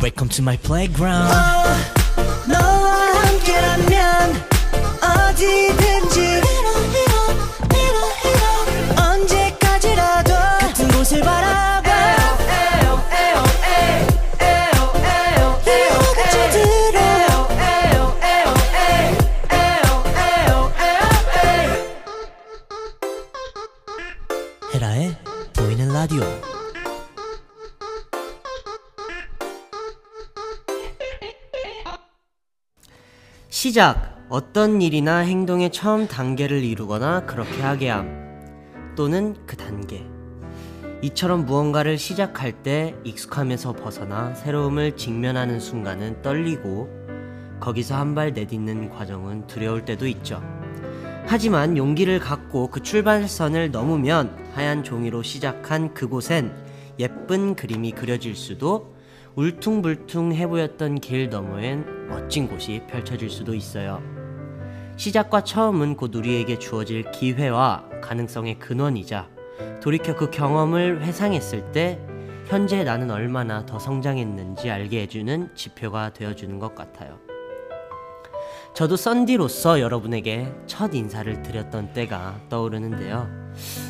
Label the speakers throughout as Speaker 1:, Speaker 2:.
Speaker 1: Welcome to my playground.
Speaker 2: 어, 너와 함께라면 어디든지 언제까지라도 같은 곳을 바라봐 이와 같이 들어
Speaker 1: 헤라의 보이는 라디오.
Speaker 3: 시작 어떤 일이나 행동의 처음 단계를 이루거나 그렇게 하게 함 또는 그 단계 이처럼 무언가를 시작할 때 익숙함에서 벗어나 새로움을 직면하는 순간은 떨리고 거기서 한 발 내딛는 과정은 두려울 때도 있죠 하지만 용기를 갖고 그 출발선을 넘으면 하얀 종이로 시작한 그곳엔 예쁜 그림이 그려질 수도 울퉁불퉁해 보였던 길 너머엔 멋진 곳이 펼쳐질 수도 있어요. 시작과 처음은 곧 우리에게 주어질 기회와 가능성의 근원이자 돌이켜 그 경험을 회상했을 때 현재 나는 얼마나 더 성장했는지 알게 해주는 지표가 되어주는 것 같아요. 저도 썬디로서 여러분에게 첫 인사를 드렸던 때가 떠오르는데요.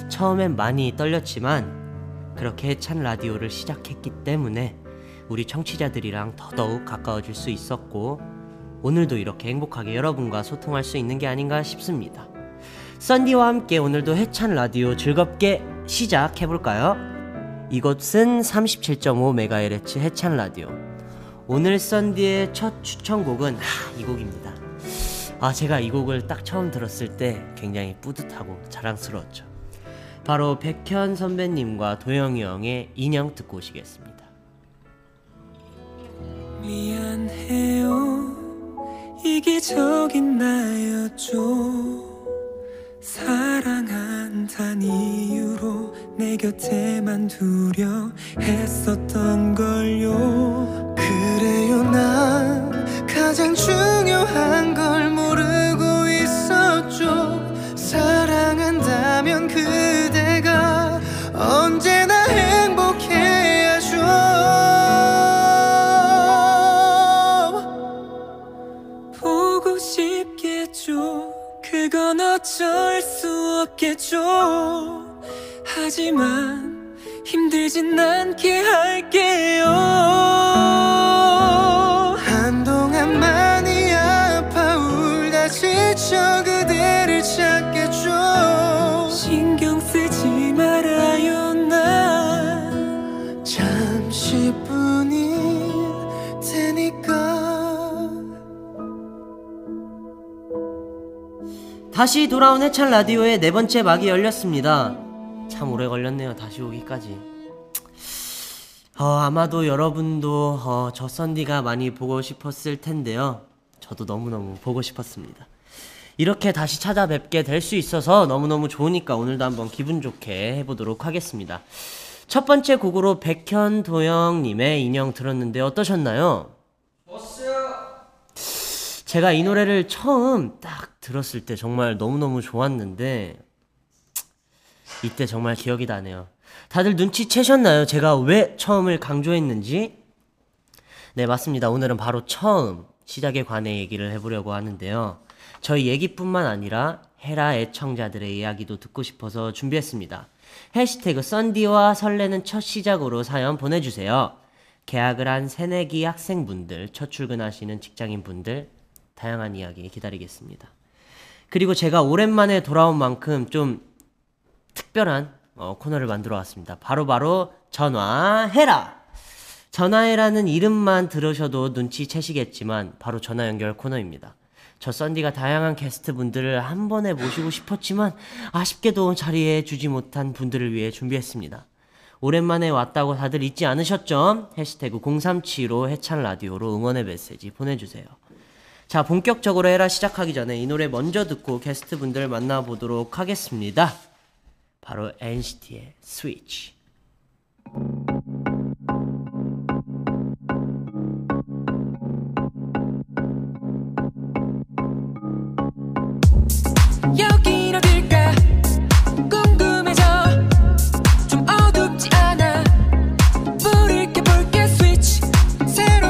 Speaker 3: 처음엔 많이 떨렸지만 그렇게 찬 라디오를 시작했기 때문에 우리 청취자들이랑 더더욱 가까워질 수 있었고 오늘도 이렇게 행복하게 여러분과 소통할 수 있는 게 아닌가 싶습니다. 썬디와 함께 오늘도 해찬 라디오 즐겁게 시작해 볼까요? 이곳은 37.5MHz 해찬 라디오. 오늘 썬디의 첫 추천곡은 하, 이 곡입니다. 아, 제가 이 곡을 딱 처음 들었을 때 굉장히 뿌듯하고 자랑스러웠죠. 바로 백현 선배님과 도영이 형의 인형 듣고 오시겠습니다.
Speaker 4: 미안해요 이기적인 나였죠 사랑한단 이유로 내 곁에만 두려 했었던 걸요 그래요 난 가장 중요한 걸 모르고 있었죠 사랑한다면 그대가 언제나 행복해야죠 보고 싶겠죠 그건 어쩔 수 없겠죠 하지만 힘들진 않게 할게요 한동안 많이 아파 울다 지쳐 그대를 찾겠죠 신경 쓰지 말아요 난 잠시뿐일 테니까
Speaker 3: 다시 돌아온 해찬 라디오의 네 번째 막이 열렸습니다. 참 오래 걸렸네요. 다시 오기까지. 어, 아마도 여러분도 어, 저 썬디가 많이 보고 싶었을 텐데요. 저도 너무너무 보고 싶었습니다. 이렇게 다시 찾아뵙게 될 수 있어서 너무너무 좋으니까 오늘도 한번 기분 좋게 해보도록 하겠습니다. 첫 번째 곡으로 백현 도영님의 인형 들었는데 어떠셨나요? 제가 이 노래를 처음 딱 들었을 때 정말 너무너무 좋았는데 이때 정말 기억이 나네요. 다들 눈치채셨나요? 제가 왜 처음을 강조했는지? 네, 맞습니다. 오늘은 바로 처음 시작에 관해 얘기를 해보려고 하는데요. 저희 얘기뿐만 아니라 헤라 애청자들의 이야기도 듣고 싶어서 준비했습니다. 해시태그 썬디와 설레는 첫 시작으로 사연 보내주세요. 계약을 한 새내기 학생분들, 첫 출근하시는 직장인분들, 다양한 이야기 기다리겠습니다. 그리고 제가 오랜만에 돌아온 만큼 좀 특별한 어, 코너를 만들어 왔습니다. 바로바로 전화해라! 전화해라는 이름만 들으셔도 눈치채시겠지만 바로 전화 연결 코너입니다. 저 썬디가 다양한 게스트 분들을 한 번에 모시고 싶었지만 아쉽게도 자리에 주지 못한 분들을 위해 준비했습니다. 오랜만에 왔다고 다들 잊지 않으셨죠? 해시태그 037로 해찬 라디오로 응원의 메시지 보내주세요. 자, 본격적으로 해라 시작하기 전에 이 노래 먼저 듣고 게스트 분들 만나보도록 하겠습니다. 바로 NCT의 스위치.
Speaker 4: 여긴 어딜까 궁금해져 좀 어둡지 않아 불을 켜볼게 스위치 새로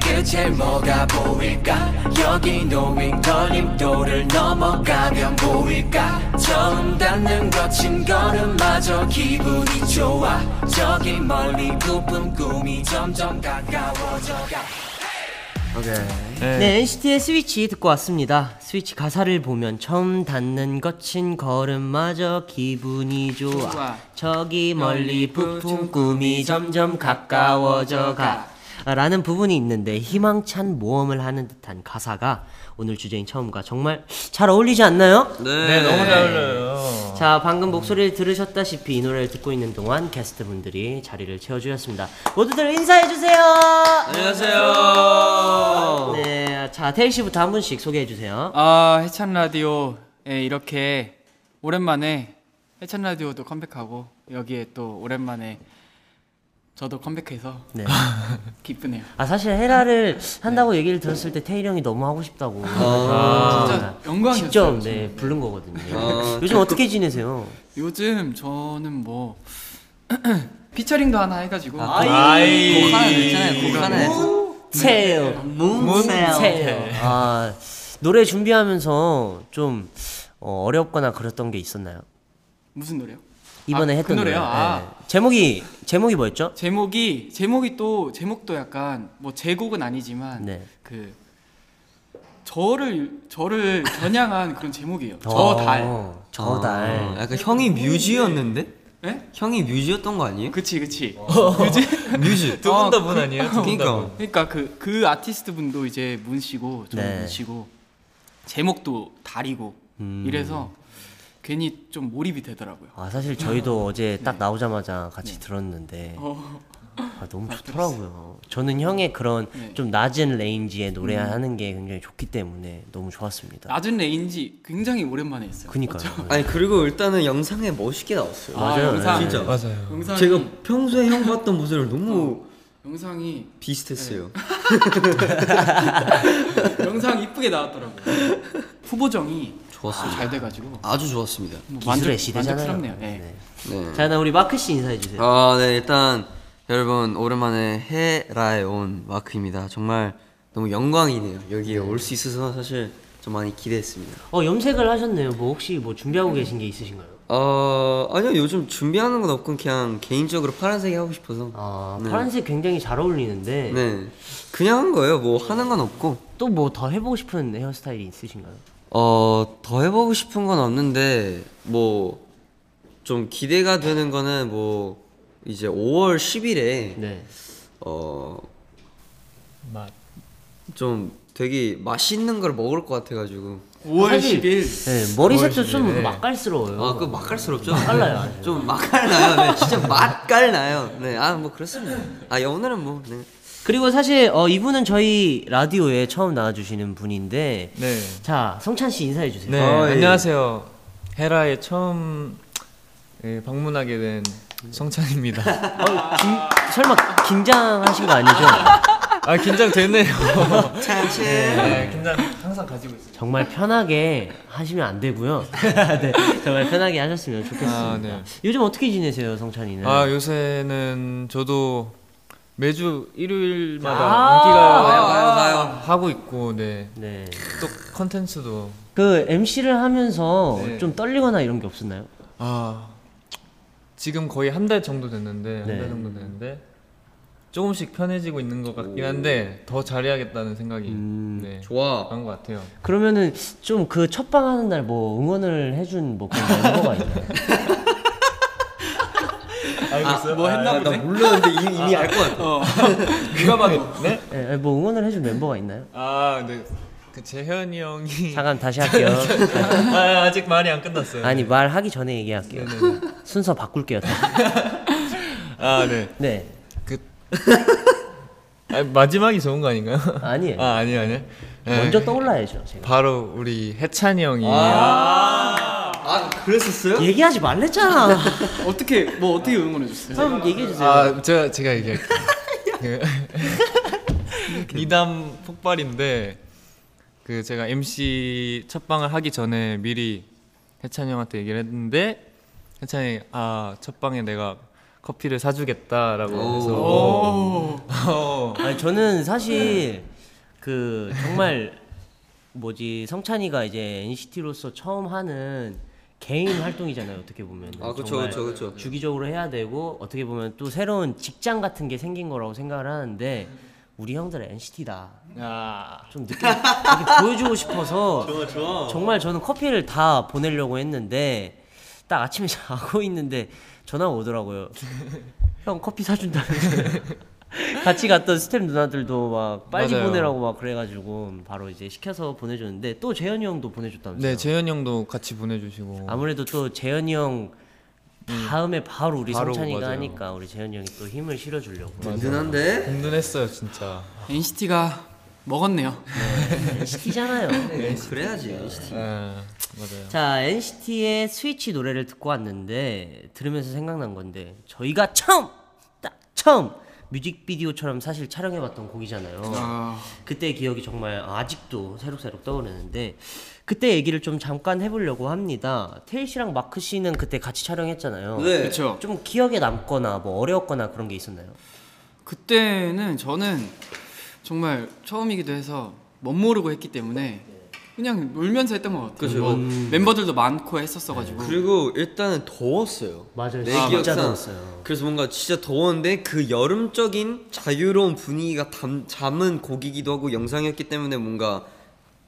Speaker 5: 대체 뭐가 보일까 여기 놓인 걸림돌을 넘어가면 보일까 처음 닿는 거친 걸음마저 기분이 좋아 저기 멀리 부푼 꿈이 점점 가까워져가
Speaker 3: 네, NCT의 스위치 듣고 왔습니다. 스위치 가사를 보면 처음 닿는 거친 걸음마저 기분이 좋아.
Speaker 5: 좋아.
Speaker 3: 저기 멀리 부푼 꿈이 점점 가까워져 가. 아, 라는 부분이 있는데 희망찬 모험을 하는 듯한 가사가 오늘 주제인 처음과 정말 잘 어울리지 않나요?
Speaker 6: 네, 너무 잘 어울려요.
Speaker 3: 자, 방금 목소리를 들으셨다시피 이 노래를 듣고 있는 동안 게스트분들이 자리를 채워주셨습니다. 모두들 인사해주세요!
Speaker 6: 안녕하세요.
Speaker 3: 네, 자 태희 씨부터 한 분씩 소개해 주세요.
Speaker 7: 아 해찬 라디오에 이렇게 오랜만에 해찬 라디오도 컴백하고 여기에 또 오랜만에 저도 컴백해서
Speaker 3: 네.
Speaker 7: 기쁘네요.
Speaker 3: 아 사실 헤라를 한다고 얘기를 들었을 때 태희 형이 너무 하고 싶다고.
Speaker 7: 아, 진짜 아, 영광이었어요.
Speaker 3: 아, 직접 네 부른 거거든요. 요즘 어떻게 지내세요?
Speaker 7: 요즘 저는 뭐 피처링도 하나 해가지고
Speaker 6: 아이.
Speaker 7: 곡 하나 냈잖아요. 곡 하나 해서
Speaker 3: 채요, 문채요.
Speaker 7: 네.
Speaker 3: 아 노래 준비하면서 좀 어, 어렵거나 그랬던 게 있었나요?
Speaker 7: 무슨 노래요?
Speaker 3: 이번에
Speaker 7: 아,
Speaker 3: 했던
Speaker 7: 그 노래요?
Speaker 3: 노래.
Speaker 7: 아.
Speaker 3: 네. 제목이 제목이 뭐였죠?
Speaker 7: 제목이 제목이 또 제목도 약간 뭐 제곡은 아니지만
Speaker 3: 네.
Speaker 7: 그 저를 저를 겨냥한 그런 제목이에요. 저달. 아.
Speaker 3: 어, 저달.
Speaker 6: 약간 형이 뮤지였는데?
Speaker 7: 예?
Speaker 6: 형이 뮤지였던 거 아니에요?
Speaker 7: 그치 그치.
Speaker 3: 어.
Speaker 6: 뮤지.
Speaker 7: 두분다문
Speaker 3: 그-
Speaker 6: 아니에요? 그러니까.
Speaker 7: 그러니까 그, 그 아티스트 분도 이제 문 씨고 저는
Speaker 3: 네.
Speaker 7: 문 씨고 제목도 달이고
Speaker 3: 음.
Speaker 7: 이래서 괜히 좀 몰입이 되더라고요.
Speaker 3: 아 사실 저희도 어제 딱 나오자마자 같이 들었는데
Speaker 7: 음. 네. 어,
Speaker 3: 아, 너무 좋더라고요. 저는 형의 그런
Speaker 7: 네. 음.
Speaker 3: 좀 낮은 레인지의 노래하는 게 굉장히 좋기 때문에 너무 좋았습니다.
Speaker 7: 낮은 레인지 굉장히 오랜만에 했어요.
Speaker 3: 그니까요. 네.
Speaker 6: 아니 그리고 일단은 영상에 멋있게 나왔어요.
Speaker 7: 아, 영상.
Speaker 6: 진짜. 맞아요.
Speaker 7: 영상이
Speaker 6: 제가 평소에 형 봤던 모습을 너무
Speaker 7: 어. 영상이
Speaker 6: 비슷했어요.
Speaker 7: 네. 영상 이쁘게 나왔더라고요. 후보정이
Speaker 6: 좋았어요.
Speaker 7: 잘 돼가지고 뭐
Speaker 6: 아주 좋았습니다.
Speaker 3: 기술의 시대잖아요.
Speaker 7: 만족스럽네요. 네.
Speaker 6: 네.
Speaker 3: 자, 나 우리 마크 씨 인사해 주세요.
Speaker 6: 아, 네, 일단 여러분 오랜만에 헤라에 온 마크입니다. 정말 너무 영광이네요. 여기에 올 수 있어서 사실 좀 많이 기대했습니다.
Speaker 3: 어 염색을 하셨네요. 뭐 혹시 뭐 준비하고 계신 게 있으신가요?
Speaker 6: 어, 아니요, 요즘 준비하는 건 없고 그냥 개인적으로 파란색이 하고 싶어서.
Speaker 3: 아
Speaker 6: 네.
Speaker 3: 파란색 굉장히 잘 어울리는데
Speaker 6: 네, 그냥 한 거예요. 뭐 하는 건 없고.
Speaker 3: 또 뭐 더 해보고 싶은 헤어스타일이 있으신가요?
Speaker 6: 어, 더 해보고 싶은 건 없는데, 뭐, 좀 기대가 되는 거는 뭐, 이제 5월 10일에,
Speaker 3: 네.
Speaker 6: 어, 좀 되게 맛있는 걸 먹을 것 같아가지고.
Speaker 7: 5월
Speaker 3: 사실-
Speaker 7: 10일
Speaker 3: 네 머리색도 좀 맛깔스러워요.
Speaker 6: 아, 그거 맛깔스럽죠?
Speaker 3: 맛깔나요, 아주.
Speaker 6: 좀 맛깔나요. 네, 진짜 맛깔나요. 네, 아, 뭐, 그렇습니다. 아, 예, 오늘은 뭐, 네.
Speaker 3: 그리고 사실 어, 이분은 저희 라디오에 처음 나와주시는 분인데
Speaker 8: 네.
Speaker 3: 자 성찬 씨 인사해 주세요.
Speaker 8: 네.
Speaker 6: 어, 예.
Speaker 8: 안녕하세요. 헤라에 처음 예, 방문하게 된 성찬입니다.
Speaker 3: 설마 긴장하신 거 아니죠?
Speaker 8: 아 긴장되네요.
Speaker 6: 네.
Speaker 8: 긴장 항상 가지고 있어요.
Speaker 3: 정말 편하게 하시면 안 되고요. 네, 정말 편하게 하셨으면 좋겠습니다.
Speaker 8: 아 네.
Speaker 3: 요즘 어떻게 지내세요, 성찬이는?
Speaker 8: 아 요새는 저도 매주 일요일마다
Speaker 3: 아,
Speaker 8: 인기가
Speaker 6: 가요, 가요, 가요.
Speaker 8: 하고 있고 네.
Speaker 3: 네.
Speaker 8: 또 컨텐츠도
Speaker 3: 그 MC를 하면서
Speaker 8: 네.
Speaker 3: 좀 떨리거나 이런 게 없었나요?
Speaker 8: 아 지금 거의 한 달 정도 됐는데 한
Speaker 3: 네.
Speaker 8: 달 정도 됐는데 조금씩 편해지고 있는 것 같긴 한데 더 잘해야겠다는 생각이
Speaker 3: 음.
Speaker 8: 네.
Speaker 6: 좋아.
Speaker 8: 그런 것 같아요.
Speaker 3: 그러면은 좀 그 첫방 하는 날 뭐 응원을 해준 뭐 그런 멤버가 있나요?
Speaker 6: 뭐 했나 어. 보네. 나 몰랐는데 이미, 이미 알 것 같아.
Speaker 8: 누가 봐도 네?
Speaker 3: 예, 예, 뭐 응원을 해준 멤버가 있나요?
Speaker 8: 아, 네. 그 재현이 형이
Speaker 3: 잠깐 다시 할게요.
Speaker 8: 아, 아직 말이 안
Speaker 6: 네.
Speaker 8: 끝났어요.
Speaker 3: 아니 말하기 전에 얘기할게요. 순서 바꿀게요. 다시.
Speaker 8: 아, 네.
Speaker 3: 네.
Speaker 8: 아, 마지막이 좋은 거 아닌가요?
Speaker 3: 아니에요.
Speaker 8: 아, 아니요, 아니요.
Speaker 6: 네.
Speaker 8: 예.
Speaker 3: 먼저 떠올라야죠. 제가.
Speaker 8: 바로 우리 해찬이 형이
Speaker 6: 아, 그랬었어요?
Speaker 3: 얘기하지 말랬잖아.
Speaker 7: 어떻게 뭐 어떻게 응원해줬어요?
Speaker 3: 그럼 얘기해 주세요.
Speaker 8: 아, 제가 제가 얘기할게요. 그 미담 폭발인데 그 제가 MC 첫 방을 하기 전에 미리 해찬이 형한테 얘기를 했는데 해찬이 아, 첫 방에 내가 커피를 사주겠다라고 해서
Speaker 7: 오.
Speaker 8: 어,
Speaker 6: 네.
Speaker 3: 아니, 저는 사실 그 정말 뭐지 성찬이가 이제 NCT로서 처음 하는 개인 활동이잖아요 어떻게 보면
Speaker 6: 아, 그쵸, 그쵸, 그쵸.
Speaker 3: 주기적으로 해야 되고 어떻게 보면 또 새로운 직장 같은 게 생긴 거라고 생각을 하는데 우리 형들 은 NCT다
Speaker 8: 아,
Speaker 3: 좀 느낌 이렇게 보여주고 싶어서 정말 저는 커피를 다 보내려고 했는데 딱 아침에 자고 있는데 전화가 오더라고요. 형 커피 사준다면서 같이 갔던 스텝 누나들도 막 빨리
Speaker 8: 맞아요.
Speaker 3: 보내라고 막 그래가지고 바로 이제 시켜서 보내줬는데 또 재현이 형도 보내줬다면서요.
Speaker 8: 네 재현 형도 같이 보내주시고
Speaker 3: 아무래도 또 재현이 형 다음에 바로 우리
Speaker 8: 바로,
Speaker 3: 성찬이가
Speaker 8: 맞아요.
Speaker 3: 하니까 우리 재현이 형이 또 힘을 실어주려고
Speaker 6: 든든한데?
Speaker 8: 든든했어요 진짜.
Speaker 3: 아.
Speaker 7: NCT가 먹었네요.
Speaker 3: 시키잖아요.
Speaker 6: 네. 그래야지 NCT.
Speaker 8: 네, 맞아요.
Speaker 3: 자 NCT의 스위치 노래를 듣고 왔는데 들으면서 생각난 건데 저희가 처음 딱 처음 뮤직비디오처럼 사실 촬영해봤던 곡이잖아요. 그때 기억이 정말 아직도 새록새록 떠오르는데 그때 얘기를 좀 잠깐 해보려고 합니다. 테일 씨랑 마크 씨는 그때 같이 촬영했잖아요.
Speaker 6: 네.
Speaker 7: 그렇죠.
Speaker 3: 좀 기억에 남거나 뭐 어려웠거나 그런 게 있었나요?
Speaker 7: 그때는 저는 정말 처음이기도 해서 못 모르고 했기 때문에 그냥 놀면서 했던 것 같아요.
Speaker 6: 그죠. 네.
Speaker 7: 뭐 멤버들도 많고 했었어가지고
Speaker 6: 그리고 일단은 더웠어요.
Speaker 3: 맞아요.
Speaker 6: 내
Speaker 3: 진짜
Speaker 6: 네, 기억상.
Speaker 3: 더웠어요.
Speaker 6: 그래서 뭔가 진짜 더웠는데 그 여름적인 자유로운 분위기가 담, 잠은 곡이기도 하고 영상이었기 때문에 뭔가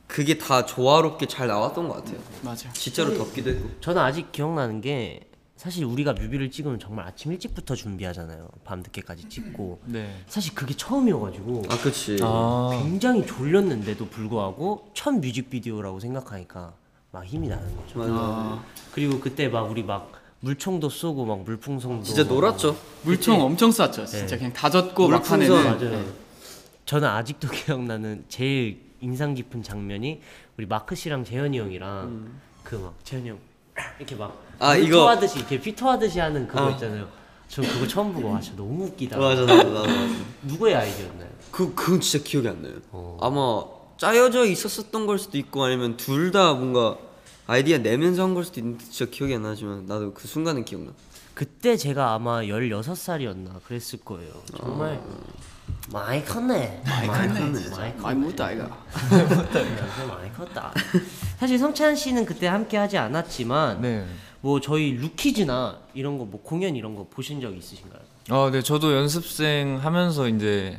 Speaker 6: 그게 다 조화롭게 잘 나왔던 것 같아요.
Speaker 7: 맞아.
Speaker 6: 진짜로 덥기도 했고.
Speaker 3: 저는 아직 기억나는 게 사실 우리가 뮤비를 찍으면 정말 아침 일찍부터 준비하잖아요. 밤 늦게까지 찍고
Speaker 8: 네.
Speaker 3: 사실 그게 처음이어가지고
Speaker 6: 아 그치.
Speaker 8: 아,
Speaker 3: 굉장히 졸렸는데도 불구하고 첫 뮤직비디오라고 생각하니까 막 힘이 나는 거죠.
Speaker 6: 맞아. 어.
Speaker 3: 그리고 그때 막 우리 막 물총도 쏘고 막 물풍선도
Speaker 6: 진짜
Speaker 3: 막
Speaker 6: 놀았죠.
Speaker 7: 물총 엄청 쐈죠. 진짜 그냥 다 젖고
Speaker 6: 물풍선
Speaker 7: 막판에는
Speaker 3: 맞아요. 네. 저는 아직도 기억나는 제일 인상 깊은 장면이 우리 마크 씨랑 재현이 형이랑 그 막 재현이 형 이렇게 막
Speaker 6: 음. 아, 이거.
Speaker 3: 피토하듯이 이렇게 피토하듯이 하는 그거 있잖아요. 전 그거 처음 보고 와 진짜 너무 웃기다.
Speaker 6: 맞아 맞아 맞아.
Speaker 3: 누구의 아이디어였나요?
Speaker 6: 그 그건 진짜 기억이 안 나요. 아마 짜여져 있었었던 걸 수도 있고 아니면 둘 다 뭔가 아이디어 내면서 한 걸 수도 있는데 진짜 기억이 안 나지만 나도 그 순간은 기억나.
Speaker 3: 그때 제가 아마 16살이었나 그랬을 거예요. 정말 많이 컸네. 아. 많이 컸네. 많이 컸-
Speaker 7: 많이 못다 아이가.
Speaker 3: 정말 많이 컸다. 사실 성찬 씨는 그때 함께 하지 않았지만
Speaker 8: 네.
Speaker 3: 뭐 저희 루키즈나 이런 거 뭐 공연 이런 거 보신 적 있으신가요?
Speaker 8: 아, 네. 저도 연습생 하면서 이제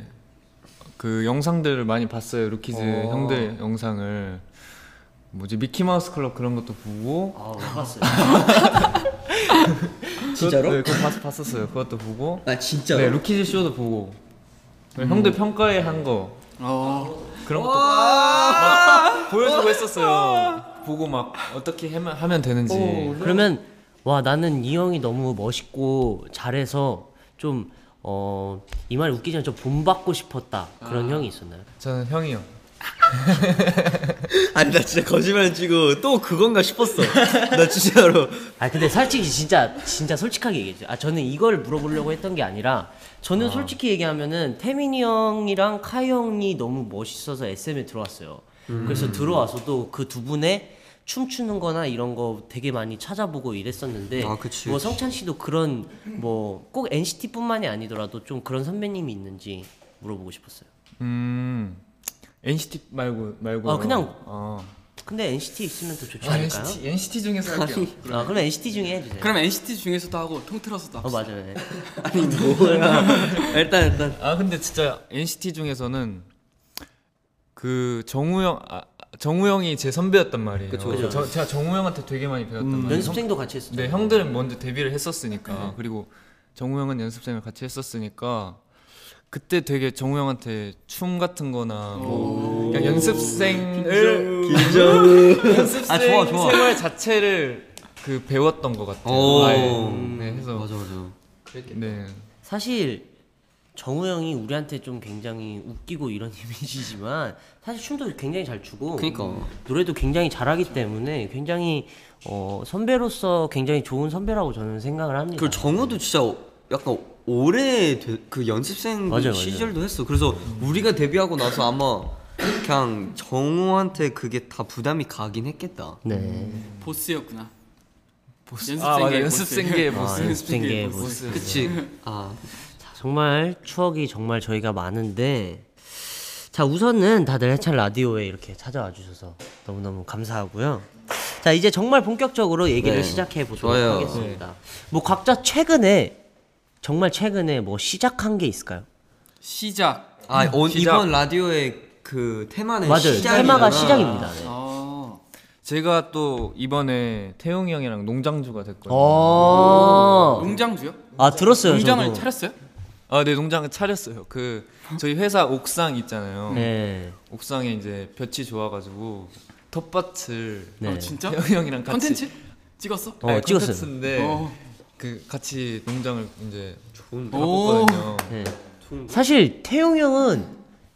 Speaker 8: 그 영상들을 많이 봤어요. 루키즈 형들 영상을 뭐지 미키마우스 클럽 그런 것도 보고
Speaker 3: 아, 못 봤어요.
Speaker 6: 진짜로?
Speaker 8: 그것, 네, 그거 봤, 봤었어요. 그것도 보고
Speaker 6: 아 진짜로?
Speaker 8: 네, 루키즈 쇼도 보고 네, 형들 평가에 한 거
Speaker 7: 어
Speaker 8: 그런 것도 막 보여주고 했었어요. 보고 막 어떻게 하면, 하면 되는지
Speaker 3: 네. 그러면 와 나는 이 형이 너무 멋있고 잘해서 좀 어, 이 말이 웃기지만 좀 본받고 싶었다 그런 형이 있었나요?
Speaker 8: 저는 형이요.
Speaker 6: 아니 나 진짜 거짓말 치고 또 그건가 싶었어. 나 진짜로.
Speaker 3: 아 근데 솔직히 진짜 진짜 솔직하게 얘기해줘. 아 저는 이걸 물어보려고 했던 게 아니라 저는 솔직히 얘기하면은 태민이 형이랑 카이 형이 너무 멋있어서 SM에 들어왔어요.
Speaker 6: 음.
Speaker 3: 그래서 들어와서도 그 두 분의 춤추는 거나 이런 거 되게 많이 찾아보고 이랬었는데
Speaker 6: 아, 그치,
Speaker 3: 뭐
Speaker 6: 그치.
Speaker 3: 성찬 씨도 그런 뭐 꼭 NCT뿐만이 아니더라도 좀 그런 선배님이 있는지 물어보고 싶었어요.
Speaker 8: 음 NCT 말고 말고
Speaker 6: 뭐.
Speaker 3: 아, 그냥-
Speaker 8: 어.
Speaker 3: 근데 NCT 있으면 더 좋지
Speaker 8: 아,
Speaker 3: 않을까요?
Speaker 8: NCT NCT 중에서 할게요.
Speaker 3: 아 그럼 NCT 중에 해주세요.
Speaker 7: 그럼 NCT 중에서도 하고 통틀어서도
Speaker 3: 어
Speaker 7: 합시다.
Speaker 3: 맞아요. 네.
Speaker 6: 일단 일단.
Speaker 8: 아 근데 진짜 NCT 중에서는 그 정우 형 아, 정우 형이 제 선배였단 말이에요.
Speaker 6: 그쵸, 음. 그쵸.
Speaker 8: 저- 제가 정우 형한테 되게 많이 배웠단 말이에요.
Speaker 3: 연습생도 같이 했었죠.
Speaker 8: 네 형들은 먼저 데뷔를 했었으니까
Speaker 6: 네.
Speaker 8: 그리고 정우 형은 연습생을 같이 했었으니까 그때 되게 정우 형한테 춤 같은거나 뭐 그냥 연습생을
Speaker 6: 김정우.
Speaker 8: 연습생
Speaker 6: 아, 좋아, 좋아.
Speaker 8: 생활 자체를 그 배웠던 것 같아요.
Speaker 6: 오. 음.
Speaker 8: 아예. 네 해서
Speaker 6: 맞아 맞아.
Speaker 8: 네
Speaker 3: 사실 정우 형이 우리한테 좀 굉장히 웃기고 이런 이미지지만 사실 춤도 굉장히 잘 추고
Speaker 6: 그니까.
Speaker 3: 노래도 굉장히 잘하기 때문에 굉장히 어, 선배로서 굉장히 좋은 선배라고 저는 생각을 합니다.
Speaker 6: 그 정우도 진짜 약간 오래 되- 그 연습생
Speaker 3: 맞아요, 맞아요.
Speaker 6: 시절도 했어. 그래서 우리가 데뷔하고 나서 아마 그냥 정우한테 그게 다 부담이 가긴 했겠다.
Speaker 3: 네.
Speaker 7: 보스였구나. 보스.
Speaker 8: 아, 맞아.
Speaker 7: 연습생계
Speaker 8: 연습생계 보스.
Speaker 3: 아, 연습생계 보스.
Speaker 6: 그치. 아
Speaker 3: 정말 추억이 정말 저희가 많은데 자 우선은 다들 해찬 라디오에 이렇게 찾아와 주셔서 너무너무 감사하고요. 자 이제 정말 본격적으로 얘기를
Speaker 6: 네.
Speaker 3: 시작해 보도록
Speaker 6: 좋아요.
Speaker 3: 하겠습니다. 뭐 각자 최근에 정말 최근에 뭐 시작한 게 있을까요?
Speaker 7: 시작.
Speaker 6: 아, 오,
Speaker 7: 시작.
Speaker 6: 이번 라디오의 그 테마는
Speaker 3: 맞아요.
Speaker 6: 시작이잖아.
Speaker 3: 테마가 시작입니다. 네.
Speaker 7: 아,
Speaker 8: 제가 또 이번에 태용이 형이랑 농장주가 됐거든요.
Speaker 7: 음.
Speaker 3: 어.
Speaker 7: 농장주요?
Speaker 3: 아 들었어요.
Speaker 7: 농장을
Speaker 3: 저도.
Speaker 7: 차렸어요?
Speaker 8: 아, 네, 농장 차렸어요. 그 저희 회사 옥상 있잖아요.
Speaker 3: 네.
Speaker 8: 옥상에 이제 볕이 좋아가지고 텃밭을
Speaker 3: 네.
Speaker 7: 어, 진짜?
Speaker 8: 태용이 형이랑 같이
Speaker 7: 컨텐츠 찍었어?
Speaker 3: 어,
Speaker 8: 아니,
Speaker 3: 찍었어요.
Speaker 8: 컨텐츠인데
Speaker 7: 어.
Speaker 8: 그 같이 농장을 이제
Speaker 6: 좋은
Speaker 7: 오.
Speaker 8: 바꿨거든요.
Speaker 3: 네. 사실 태용 형은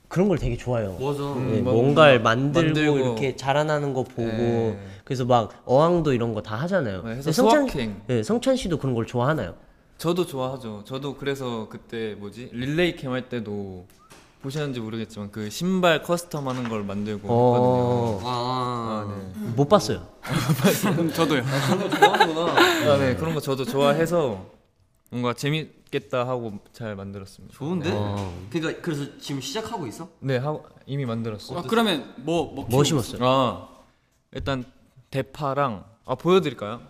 Speaker 3: 그런 걸 되게 좋아해요.
Speaker 6: 맞아.
Speaker 3: 네,
Speaker 8: 뭐,
Speaker 3: 뭔가를 만들고,
Speaker 8: 만들고.
Speaker 3: 이렇게 자라나는 거 보고
Speaker 8: 네.
Speaker 3: 그래서 막 어항도 이런 거 다 하잖아요.
Speaker 8: 네, 해서
Speaker 3: 근데
Speaker 8: 소확행.
Speaker 3: 네, 성찬 씨도 그런 걸 좋아하나요?
Speaker 8: 저도 좋아하죠. 저도 그래서 그때 뭐지 릴레이 캠 할 때도 보셨는지 모르겠지만 그 신발 커스텀 하는 걸 만들고
Speaker 3: 어,
Speaker 6: 아,
Speaker 3: 못 봤어요.
Speaker 7: 음, 저도요.
Speaker 8: 했거든요. 아, 네 그런 거 저도 좋아해서 뭔가 재밌겠다 하고 잘 만들었습니다.
Speaker 6: 좋은데? 그러니까 그래서 지금 시작하고 있어?
Speaker 8: 네 하고 이미 만들었어.
Speaker 7: 아, 그러면 뭐 먹히고
Speaker 3: 뭐 심었어요?
Speaker 8: 아 일단 대파랑 아 보여드릴까요?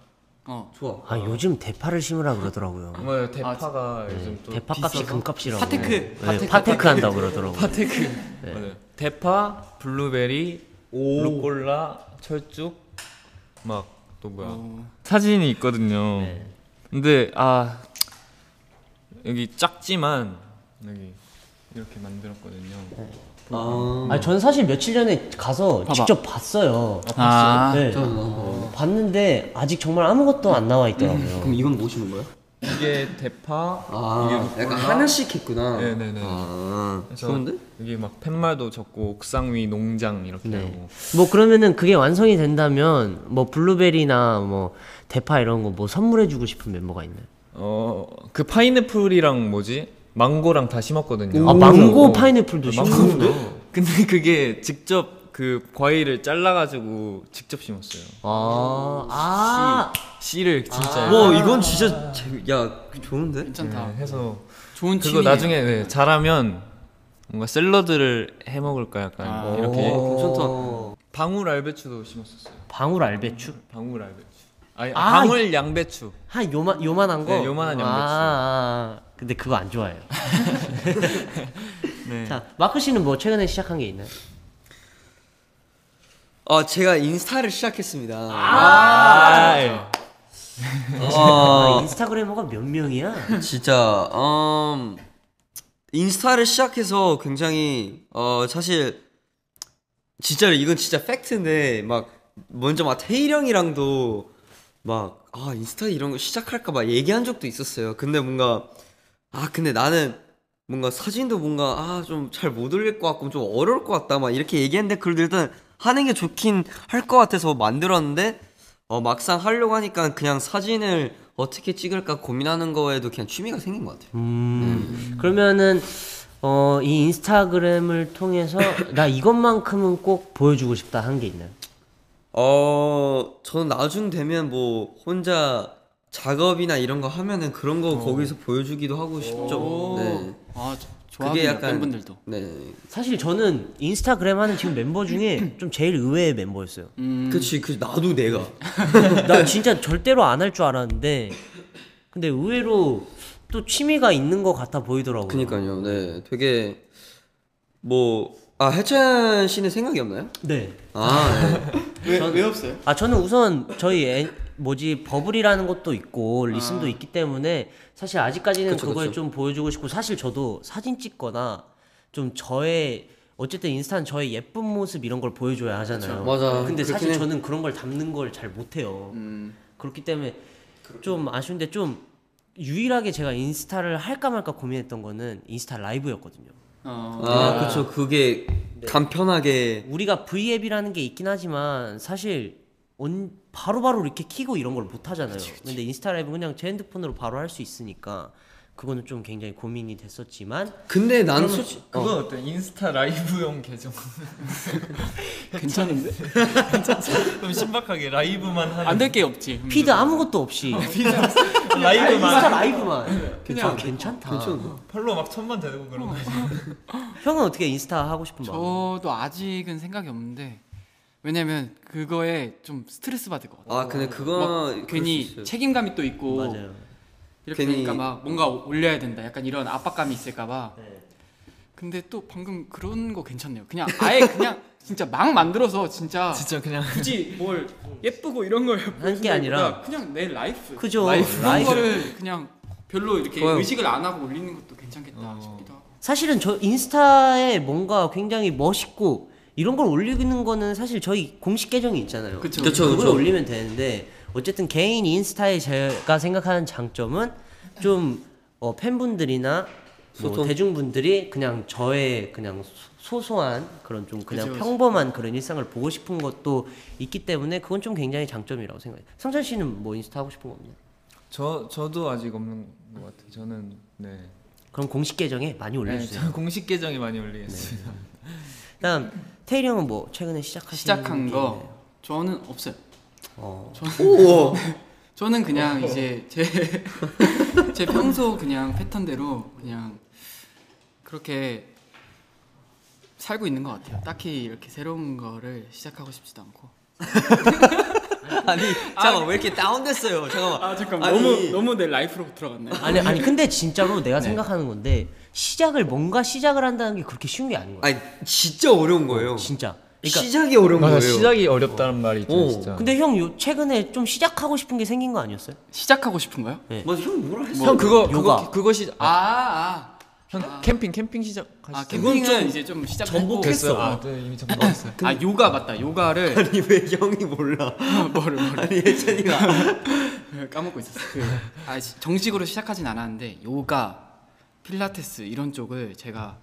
Speaker 7: 어.
Speaker 6: 좋아.
Speaker 3: 아 요즘 대파를 심으라 그러더라고요.
Speaker 8: 정말 뭐, 대파가 요즘 아, 또
Speaker 3: 대파값이 금값이라고.
Speaker 7: 파테크.
Speaker 3: 네,
Speaker 7: 파테크.
Speaker 3: 파테크, 한다고 그러더라고요.
Speaker 8: 파테크. 맞아요. 네. 대파, 블루베리, 루꼴라, 철쭉 막 또 뭐야 사진이 있거든요. 근데 아 여기 작지만 여기 이렇게 만들었거든요.
Speaker 6: 아,
Speaker 3: 아, 전 사실 며칠 전에 가서 직접 봤어요.
Speaker 7: 아,
Speaker 3: 네,
Speaker 6: 아.
Speaker 3: 봤는데 아직 정말 아무것도 안 나와
Speaker 6: 그럼
Speaker 3: 있더라고요.
Speaker 6: 이건 뭐 심은 거야?
Speaker 8: 이게 대파.
Speaker 6: 아,
Speaker 8: 이게
Speaker 6: 약간 하나씩 했구나.
Speaker 8: 네네네.
Speaker 6: 아, 좋은데?
Speaker 8: 여기 막 팻말도 적고 옥상 위 농장 이렇게
Speaker 3: 네.
Speaker 8: 하고.
Speaker 3: 뭐 그러면은 그게 완성이 된다면 뭐 블루베리나 뭐 대파 이런 거 뭐 선물해주고 싶은 멤버가 있나요?
Speaker 8: 어그 파인애플이랑 뭐지 망고랑 다 심었거든요.
Speaker 3: 아 망고 파인애플도
Speaker 8: 네,
Speaker 3: 심었구나.
Speaker 8: 근데 그게 직접 그 과일을 잘라가지고 직접 심었어요.
Speaker 3: 아, 아,
Speaker 8: 씨를 진짜
Speaker 6: 와, 이건
Speaker 8: 아.
Speaker 6: 진짜 재... 야, 그 좋은데?
Speaker 7: 괜찮다.
Speaker 8: 해서
Speaker 7: 좋은
Speaker 8: 그거
Speaker 7: 취미.
Speaker 8: 나중에 네, 자라면 뭔가 샐러드를 해 먹을까 약간
Speaker 7: 아.
Speaker 8: 이렇게
Speaker 6: 오, 괜찮다.
Speaker 8: 방울 알배추도 심었었어요.
Speaker 3: 방울 알배추?
Speaker 8: 방울 알배추. 아니
Speaker 3: 아,
Speaker 8: 방울 양배추.
Speaker 3: 아, 요만 요만한 거.
Speaker 8: 네, 요만한 양배추.
Speaker 3: 아, 아, 근데 그거 안 좋아해요.
Speaker 8: 네.
Speaker 3: 자, 마크 씨는 뭐 최근에 시작한 게 있나요?
Speaker 6: 아, 제가 인스타를 시작했습니다.
Speaker 8: 아, 예.
Speaker 3: 아,
Speaker 8: 어.
Speaker 6: 아,
Speaker 3: 인스타그래머가 몇 명이야?
Speaker 6: 진짜 음, 인스타를 시작해서 굉장히 어 사실 진짜로 이건 진짜 팩트인데 막 먼저 막 태일형이랑도 막 아 인스타 이런 거 시작할까 막 얘기한 적도 있었어요. 근데 뭔가 아 근데 나는 뭔가 사진도 뭔가 아 좀 잘 못 올릴 것 같고 좀 어려울 것 같다 막 이렇게 얘기했는데 그래도 일단 하는 게 좋긴 할 것 같아서 만들었는데 어 막상 하려고 하니까 그냥 사진을 어떻게 찍을까 고민하는 거에도 그냥 취미가 생긴 것 같아요.
Speaker 3: 음. 그러면은 어, 이 인스타그램을 통해서 나 이것만큼은 꼭 보여주고 싶다 한 게 있나요?
Speaker 6: 어 저는 나중 되면 뭐 혼자 작업이나 이런 거 하면은 그런
Speaker 7: 어.
Speaker 6: 거 거기서 보여주기도 하고 싶죠. 네.
Speaker 7: 아, 저-
Speaker 6: 그게
Speaker 7: 좋아하겠네요.
Speaker 6: 약간
Speaker 7: 팬분들도.
Speaker 6: 네.
Speaker 3: 사실 저는 인스타그램 하는 지금 멤버 중에 좀 제일 의외의 멤버였어요.
Speaker 7: 음.
Speaker 6: 그치 그 나도 내가
Speaker 3: 나 진짜 절대로 안 할 줄 알았는데 근데 의외로 또 취미가 있는 것 같아 보이더라고요.
Speaker 6: 그니까요. 네. 되게 뭐 아 해찬 씨는 생각이 없나요?
Speaker 3: 네.
Speaker 6: 아, 네.
Speaker 7: 왜, 왜 없어요?
Speaker 3: 아 저는 우선 저희 애, 뭐지 버블이라는 것도 있고 리슨도 있기 때문에 사실 아직까지는
Speaker 6: 아. 그쵸,
Speaker 3: 그걸
Speaker 6: 그쵸.
Speaker 3: 좀 보여주고 싶고 사실 저도 사진 찍거나 좀 저의 어쨌든 인스타는 저의 예쁜 모습 이런 걸 보여줘야 하잖아요.
Speaker 6: 맞아.
Speaker 3: 근데 사실
Speaker 6: 그렇긴 해. 음.
Speaker 3: 저는 그런 걸 담는 걸 잘 못해요. 그렇기 때문에 좀 아쉬운데 좀 유일하게 제가 인스타를 할까 말까 고민했던 거는 인스타 라이브였거든요.
Speaker 7: 어.
Speaker 6: 아 그쵸 그게 간편하게
Speaker 3: 우리가 V앱이라는 게 있긴 하지만 사실 온 바로바로 이렇게 키고 이런 걸 못 하잖아요. 근데 인스타 라이브 그냥 제 핸드폰으로 바로 할 수 있으니까 그거는 좀 굉장히 고민이 됐었지만
Speaker 6: 근데 난 솔직히
Speaker 8: 그건 어. 때 인스타 라이브용 계정
Speaker 7: 괜찮은데?
Speaker 8: 좀 신박하게 라이브만 하는
Speaker 7: 안 될 게 없지. 음.
Speaker 3: 피드 아무것도 없이 인스타
Speaker 8: 아, 라이브만
Speaker 7: 네.
Speaker 3: 라이브만 괜찮 괜찮다.
Speaker 8: 팔로 막 천만 되고 그런 거
Speaker 3: 형은 어떻게 인스타 하고 싶은 마음?
Speaker 7: 저도 아직은 생각이 없는데 왜냐면 그거에 좀 스트레스 받을 것 같아요.
Speaker 6: 아 근데
Speaker 7: 막
Speaker 6: 그건
Speaker 7: 괜히 책임감이 또 있고
Speaker 3: 맞아요.
Speaker 7: 이렇게
Speaker 6: 괜히-
Speaker 7: 하니까 막 뭔가 올려야 된다. 약간 이런 압박감이 있을까봐. 근데 또 방금 그런 거 괜찮네요. 그냥 아예 그냥 진짜 막 만들어서 진짜
Speaker 8: 진짜 그냥
Speaker 7: 굳이 뭘 예쁘고 이런 걸 보여주는
Speaker 3: 게 아니라
Speaker 7: 것보다 그냥 내 라이프
Speaker 3: 그죠.
Speaker 7: 라이프 그런
Speaker 3: 라이프.
Speaker 7: 거를 그냥 별로 이렇게
Speaker 6: 좋아요.
Speaker 7: 의식을 안 하고 올리는 것도 괜찮겠다 싶기도 하고
Speaker 3: 사실은 저 인스타에 뭔가 굉장히 멋있고 이런 걸 올리는 거는 사실 저희 공식 계정이 있잖아요.
Speaker 7: 그쵸.
Speaker 6: 그쵸,
Speaker 3: 그걸
Speaker 6: 그쵸.
Speaker 3: 올리면 되는데 어쨌든 개인 인스타에 제가 생각하는 장점은 좀 어, 팬분들이나 뭐
Speaker 6: 소통.
Speaker 3: 대중분들이 그냥 저의 그냥 소- 소소한 그런 좀 그냥
Speaker 7: 그쵸, 그쵸.
Speaker 3: 평범한 그런 일상을 보고 싶은 것도 있기 때문에 그건 좀 굉장히 장점이라고 생각해요. 성찬 씨는 뭐 인스타 하고 싶은 거 없나요?
Speaker 8: 저 저도 아직 없는 것 같아요 저는 네,
Speaker 3: 그럼 공식 계정에 많이
Speaker 8: 네
Speaker 3: 올려주세요.
Speaker 8: 저 공식 계정에 많이 올리겠습니다
Speaker 3: 그다음 테일이 형은 뭐 최근에 시작하신
Speaker 7: 시작한
Speaker 3: 게
Speaker 7: 거
Speaker 3: 있나요?
Speaker 7: 저는 없어요.
Speaker 3: 어.
Speaker 6: 우와
Speaker 7: 저는 그냥 이제 제 제 평소 그냥 패턴대로 그냥 그렇게 살고 있는 것 같아요. 딱히 이렇게 새로운 거를 시작하고 싶지도 않고.
Speaker 6: 아니 잠깐 왜 이렇게 다운됐어요 잠깐만
Speaker 7: 잠깐만
Speaker 6: 아니.
Speaker 7: 너무 너무 내 라이프로 들어갔네.
Speaker 3: 아니 아니 근데 진짜로 내가 생각하는 건데 시작을 뭔가 시작을 한다는 게 그렇게 쉬운 게 아닌 거야.
Speaker 6: 아니 진짜 어려운 거예요
Speaker 3: 진짜. 그러니까
Speaker 6: 시작이 어려운 거예요
Speaker 8: 어렵다는 네. 말이
Speaker 6: 있죠, 어. 진짜.
Speaker 3: 근데 형 요 최근에 좀 시작하고 싶은 게 생긴 거 아니었어요?
Speaker 7: 시작하고 싶은 거요?
Speaker 6: 맞아 형 뭐라 했어
Speaker 8: 형 그거
Speaker 3: 요가.
Speaker 8: 그거 그거 시작
Speaker 7: 아, 아.
Speaker 8: 형 캠핑 캠핑 시작
Speaker 7: 아
Speaker 8: 하시죠
Speaker 7: 캠핑은 이제 좀 시작했고
Speaker 8: 됐어요 아, 네, 이미 전복했어요
Speaker 7: 아 요가 맞다. 요가를
Speaker 6: 아니 왜 형이 몰라
Speaker 7: 뭐를 뭐를
Speaker 6: 아니 예찬이가
Speaker 7: 까먹고 있었어. 그, 아, 시- 정식으로 시작하진 않았는데 요가, 필라테스 이런 쪽을 제가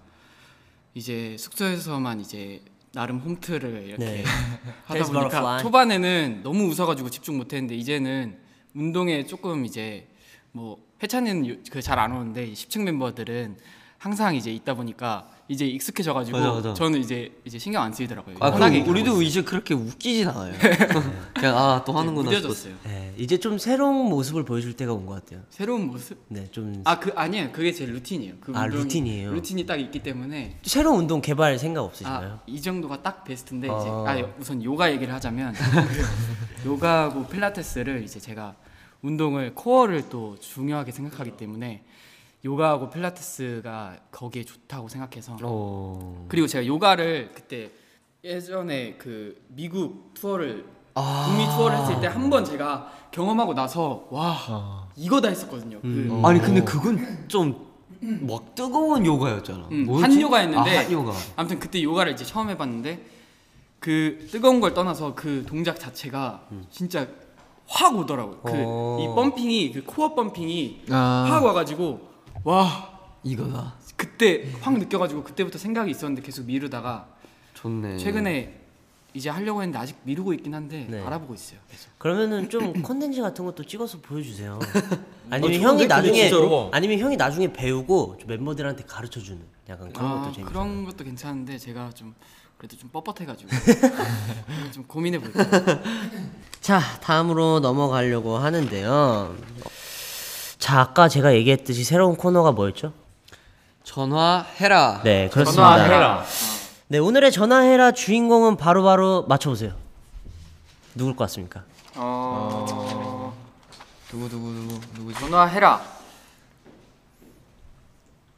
Speaker 7: 이제 숙소에서만 이제 나름 홈트를 이렇게
Speaker 3: 네.
Speaker 7: 하다
Speaker 3: There's a lot of
Speaker 7: 보니까
Speaker 3: fun.
Speaker 7: 초반에는 너무 웃어가지고 집중 못했는데 이제는 운동에 조금 이제 뭐 해찬이는 그 잘 안 오는데 이 10층 멤버들은 항상 이제 있다 보니까 이제 익숙해져가지고
Speaker 6: 맞아, 맞아.
Speaker 7: 저는 이제 이제 신경 안 쓰이더라고요.
Speaker 6: 아
Speaker 7: 편하게
Speaker 6: 그럼 우리도 이제 그렇게 웃기진 않아요 그냥 아 또 하는구나
Speaker 7: 무뎌졌어요.
Speaker 3: 네, 이제 좀 새로운 모습을 보여줄 때가 온 것 같아요.
Speaker 7: 새로운 모습?
Speaker 3: 네, 좀
Speaker 7: 아 그 아니에요. 그게 제 루틴이에요. 그
Speaker 3: 아,
Speaker 7: 운동이-
Speaker 3: 루틴이에요.
Speaker 7: 루틴이 딱 있기 때문에
Speaker 3: 새로운 운동 개발 생각 없으신가요?
Speaker 7: 아 이 정도가 딱 베스트인데
Speaker 3: 어.
Speaker 7: 이제 아 우선 요가 얘기를 하자면 요가하고 뭐 필라테스를 이제 제가 운동을 코어를 또 중요하게 생각하기 때문에 요가하고 필라테스가 거기에 좋다고 생각해서
Speaker 3: 어.
Speaker 7: 그리고 제가 요가를 그때 예전에 그 미국 투어를
Speaker 3: 아.
Speaker 7: 북미 투어를 했을 때 한 번 제가 경험하고 나서 와
Speaker 3: 어.
Speaker 7: 이거다 했었거든요. 그
Speaker 3: 음.
Speaker 6: 아니 근데 그건 좀 막 뜨거운 요가였잖아
Speaker 7: 음,
Speaker 6: 뭐였지?
Speaker 7: 한 요가였는데
Speaker 6: 아, 한 요가
Speaker 7: 아무튼 그때 요가를 이제 처음 해봤는데 그 뜨거운 걸 떠나서 그 동작 자체가 진짜 확 오더라고요. 그
Speaker 3: 음. 어.
Speaker 7: 이 펌핑이 그 코어 펌핑이
Speaker 8: 아.
Speaker 7: 확 와가지고 와
Speaker 6: 이거다
Speaker 7: 그때 확 느껴가지고 그때부터 생각이 있었는데 계속 미루다가
Speaker 6: 좋네
Speaker 7: 최근에 이제 하려고 했는데 아직 미루고 있긴 한데
Speaker 3: 음. 네.
Speaker 7: 알아보고 있어요. 계속.
Speaker 3: 그러면은 좀 컨텐츠 같은 것도 찍어서 보여주세요. 아니면
Speaker 6: 어, 근데-
Speaker 3: 형이
Speaker 6: 근데
Speaker 3: 나중에
Speaker 6: 진짜로.
Speaker 3: 아니면 형이 나중에 배우고 좀 멤버들한테 가르쳐 주는 약간 그런
Speaker 7: 아,
Speaker 3: 것도 재밌어요.
Speaker 7: 그런 것도 괜찮은데 제가 좀 그래도 좀 뻣뻣해가지고 좀 고민해 볼게요.
Speaker 3: 자, 다음으로 넘어가려고 하는데요. 자, 아까 제가 얘기했듯이 새로운 코너가 뭐였죠?
Speaker 6: 전화해라
Speaker 3: 네, 그렇습니다. 네, 오늘의 전화해라 주인공은 바로바로 맞춰보세요. 누굴 것 같습니까?
Speaker 8: 누구 누구 누구 누구지
Speaker 7: 어. 전화해라.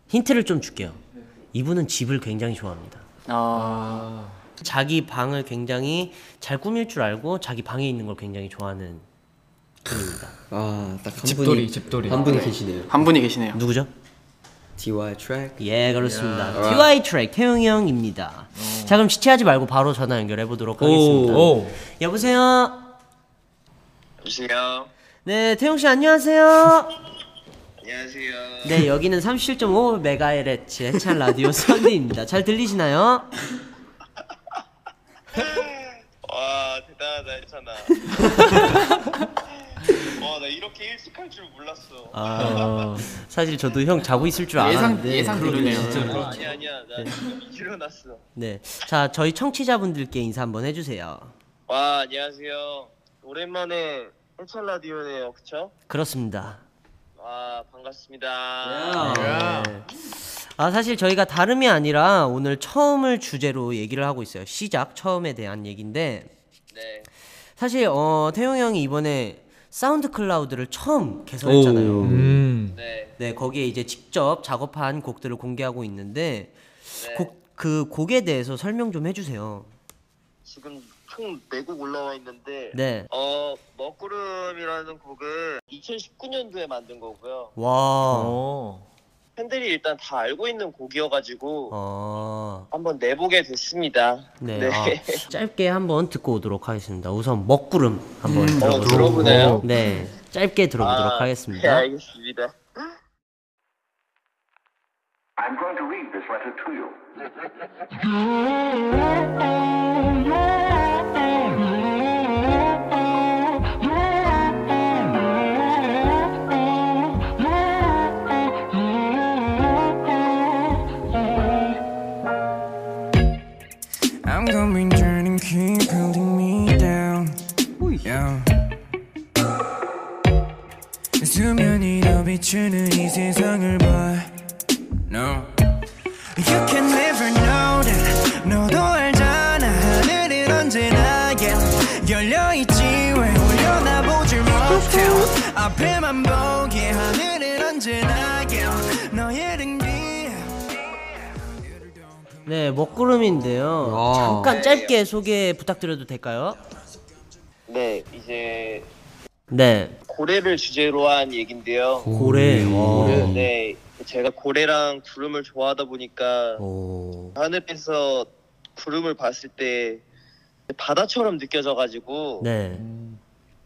Speaker 3: 힌트를 좀 줄게요. 이분은 집을 굉장히 좋아합니다.
Speaker 7: 어.
Speaker 3: 자기 방을 굉장히 잘 꾸밀 줄 알고 자기 방에 있는 걸 굉장히 좋아하는 분입니다.
Speaker 6: 아딱한
Speaker 8: 집돌이, 집돌이.
Speaker 6: 한 분이 계시네요
Speaker 7: 한 분이 계시네요.
Speaker 3: 누구죠?
Speaker 6: DY 트랙
Speaker 3: 예, 그렇습니다. DY 트랙 태용이 형입니다.
Speaker 7: 어.
Speaker 3: 자, 그럼 지체하지 말고 바로 전화 연결해 보도록 하겠습니다. 여보세요.
Speaker 9: 여보세요.
Speaker 3: 네, 태용 씨 안녕하세요.
Speaker 9: 안녕하세요.
Speaker 3: 네, 여기는 37.5 메가헤르츠 해찬 라디오 선디입니다. 잘 들리시나요?
Speaker 9: 와 대단하다 했잖아. 와나 이렇게 일찍할 줄 몰랐어. 아,
Speaker 3: 아, 사실 저도 형 자고 있을 줄
Speaker 7: 예상
Speaker 3: 알았는데.
Speaker 7: 예상 그러네요.
Speaker 3: 그렇죠.
Speaker 9: 아니 아니야 나 지금 일어났어.
Speaker 3: 네. 자, 저희 청취자분들께 인사 한번 해주세요.
Speaker 9: 와 안녕하세요. 오랜만에 해찬 라디오네요, 그쵸?
Speaker 3: 그렇습니다.
Speaker 9: 와 반갑습니다.
Speaker 3: 네. 아, 사실 저희가 다름이 아니라 오늘 처음을 주제로 얘기를 하고 있어요. 시작, 처음에 대한 얘기인데.
Speaker 9: 네.
Speaker 3: 사실, 어, 태용 형이 이번에 사운드 클라우드를 처음 개설했잖아요.
Speaker 9: 네.
Speaker 3: 네, 거기에 이제 직접 작업한 곡들을 공개하고 있는데
Speaker 9: 네.
Speaker 3: 곡, 그 곡에 대해서 설명 좀 해주세요.
Speaker 9: 지금 총 4곡 올라와 있는데
Speaker 3: 네.
Speaker 9: 어 먹구름이라는 곡은 2019년도에 만든 거고요.
Speaker 3: 와.
Speaker 9: 어. 팬들이 일단 다 알고 있는 곡이어가지고
Speaker 3: 어.
Speaker 9: 한번 내보게 됐습니다.
Speaker 3: 네. 아, 짧게 한번 듣고 오도록 하겠습니다. 우선 먹구름 한번
Speaker 9: 어
Speaker 3: 들어보도록.
Speaker 9: 들어보네요.
Speaker 3: 네. 짧게 들어보도록
Speaker 9: 아, 네,
Speaker 3: 하겠습니다.
Speaker 9: 알겠습니다.
Speaker 10: I'm going to read this letter to you.
Speaker 4: I'm gonna be turning, keep holding me down. Yeah. 수면이로 비추는 이 세상을 봐. No. You can never know that. 너도 알잖아. 하늘은 언제나 yeah. 열려있지 왜 올려다보질 못해. 앞에만 보게 하늘은 언제나 yeah. 너의 등뒤.
Speaker 3: 네, 먹구름인데요.
Speaker 6: 와.
Speaker 3: 잠깐 짧게 소개 부탁드려도 될까요?
Speaker 9: 네 이제
Speaker 3: 네.
Speaker 9: 고래를 주제로 한 얘긴데요.
Speaker 3: 고래. 와.
Speaker 9: 네 제가 고래랑 구름을 좋아하다 보니까
Speaker 3: 오.
Speaker 9: 하늘에서 구름을 봤을 때 바다처럼 느껴져가지고
Speaker 3: 네.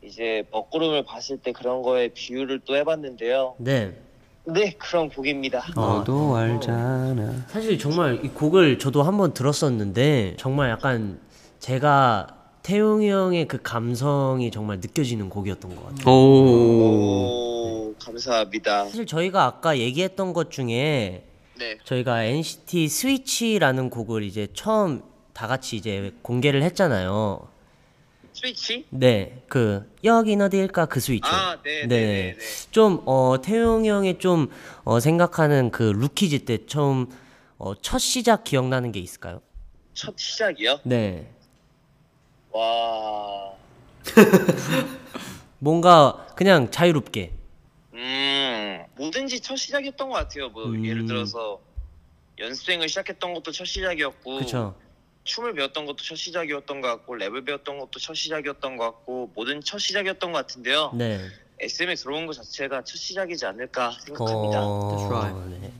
Speaker 9: 이제 먹구름을 봤을 때 그런 거에 비유를 또 해봤는데요.
Speaker 3: 네.
Speaker 9: 네 그런 곡입니다.
Speaker 3: 어.
Speaker 6: 너도 알잖아.
Speaker 3: 사실 정말 이 곡을 저도 한번 들었었는데 정말 약간 제가 태용이 형의 그 감성이 정말 느껴지는 곡이었던 것 같아요.
Speaker 6: 오.
Speaker 9: 오 감사합니다.
Speaker 3: 사실 저희가 아까 얘기했던 것 중에
Speaker 9: 네
Speaker 3: 저희가 NCT 스위치라는 곡을 이제 처음 다 같이 이제 공개를 했잖아요.
Speaker 9: 스위치?
Speaker 3: 네, 그 여긴 어디일까 그 스위치.
Speaker 9: 아, 네, 네, 네, 네.
Speaker 3: 좀 어, 태용 형이 좀 어, 생각하는 그 루키즈 때 처음 어, 첫 시작 기억나는 게 있을까요?
Speaker 9: 첫 시작이요?
Speaker 3: 네.
Speaker 9: 와.
Speaker 3: 뭔가 그냥 자유롭게.
Speaker 9: 음, 뭐든지 첫 시작이었던 것 같아요. 뭐
Speaker 3: 음.
Speaker 9: 예를 들어서 연습생을 시작했던 것도 첫 시작이었고,
Speaker 3: 그쵸.
Speaker 9: 춤을 배웠던 것도 첫 시작이었던 것 같고, 랩을 배웠던 것도 첫 시작이었던 것 같고, 뭐든 첫 시작이었던 것 같은데요.
Speaker 3: 네.
Speaker 9: SM에 들어온 것 자체가 첫 시작이지 않을까 생각합니다.
Speaker 3: 어,
Speaker 6: right.
Speaker 3: 네.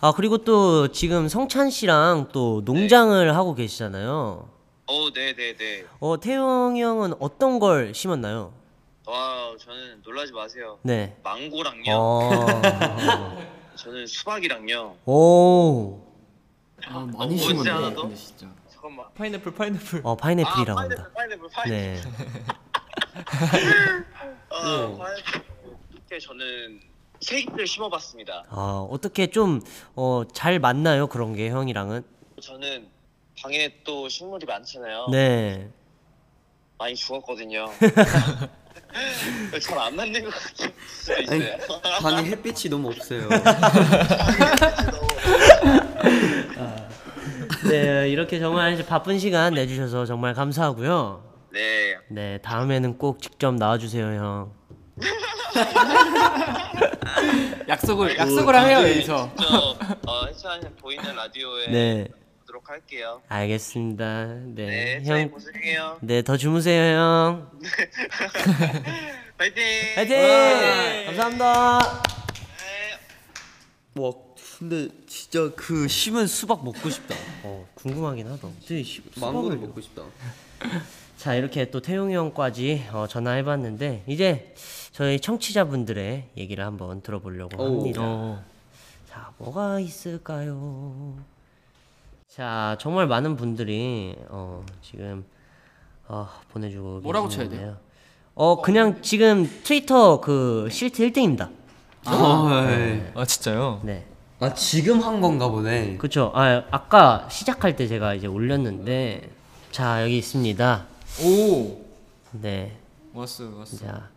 Speaker 3: 아, 그리고 또 지금 성찬 씨랑 또 농장을
Speaker 9: 네.
Speaker 3: 하고 계시잖아요.
Speaker 9: 어, 네, 네, 네.
Speaker 3: 어, 태용이 형은 어떤 걸 심었나요?
Speaker 9: 와, 저는 놀라지 마세요.
Speaker 3: 네.
Speaker 9: 망고랑요.
Speaker 3: 어.
Speaker 9: 저는 수박이랑요.
Speaker 3: 오.
Speaker 7: 아 많이
Speaker 9: 어, 뭔지
Speaker 7: 심었네.
Speaker 9: 알아도?
Speaker 7: 근데 진짜.
Speaker 9: 잠깐만.
Speaker 6: 파인애플 파인애플.
Speaker 3: 어, 파인애플이라고
Speaker 9: 아,
Speaker 3: 한다.
Speaker 9: 파인애플, 파인애플, 파인애플.
Speaker 3: 네.
Speaker 9: 아, 파인애플. 이렇게 저는 세잎을 심어봤습니다.
Speaker 3: 아, 어떻게 좀, 어, 잘 맞나요? 그런 게 형이랑은?
Speaker 9: 저는 방에 또 식물이 많잖아요.
Speaker 3: 네.
Speaker 9: 많이 죽었거든요. 잘 안 맞는 것 같아요. 있어요.
Speaker 6: 반에 햇빛이 너무 없어요.
Speaker 3: 네, 이렇게 정말 이제 바쁜 시간 내주셔서 정말 감사하고요.
Speaker 9: 네.
Speaker 3: 네, 다음에는 꼭 직접 나와주세요, 형.
Speaker 7: 약속을
Speaker 9: 아,
Speaker 7: 약속을 하네요 여기서.
Speaker 9: 저, 어, 해찬 보이는 라디오에
Speaker 3: 네.
Speaker 9: 보도록 할게요.
Speaker 3: 알겠습니다. 네,
Speaker 9: 네, 저희
Speaker 3: 형.
Speaker 9: 고생해요.
Speaker 3: 네, 더 주무세요, 형.
Speaker 9: 파이팅!
Speaker 3: 파이팅!
Speaker 9: 네.
Speaker 3: 감사합니다.
Speaker 6: 와, 근데 진짜 그 심은 수박 먹고 싶다.
Speaker 3: 어, 궁금하긴 하다. 어떻게 시-
Speaker 6: 망고를
Speaker 3: 수박을-
Speaker 6: 먹고 싶다.
Speaker 3: 자, 이렇게 또 태용이 형까지 어, 전화해봤는데, 이제 저희 청취자분들의 얘기를 한번 들어보려고 합니다. 자, 뭐가 있을까요? 자, 정말 많은 분들이 어, 지금 어, 보내주고
Speaker 7: 뭐라고 쳐야
Speaker 3: 계시는데요. 어 그냥 지금 트위터 그 실트 1등입니다.
Speaker 6: 아, 예.
Speaker 8: 아 진짜요?
Speaker 3: 네.
Speaker 6: 아 지금 한 건가 보네.
Speaker 3: 그쵸. 아, 아까 시작할 때 제가 이제 올렸는데, 자, 여기 있습니다.
Speaker 8: 오
Speaker 3: 네.
Speaker 8: 왔어요 왔어.
Speaker 3: 자,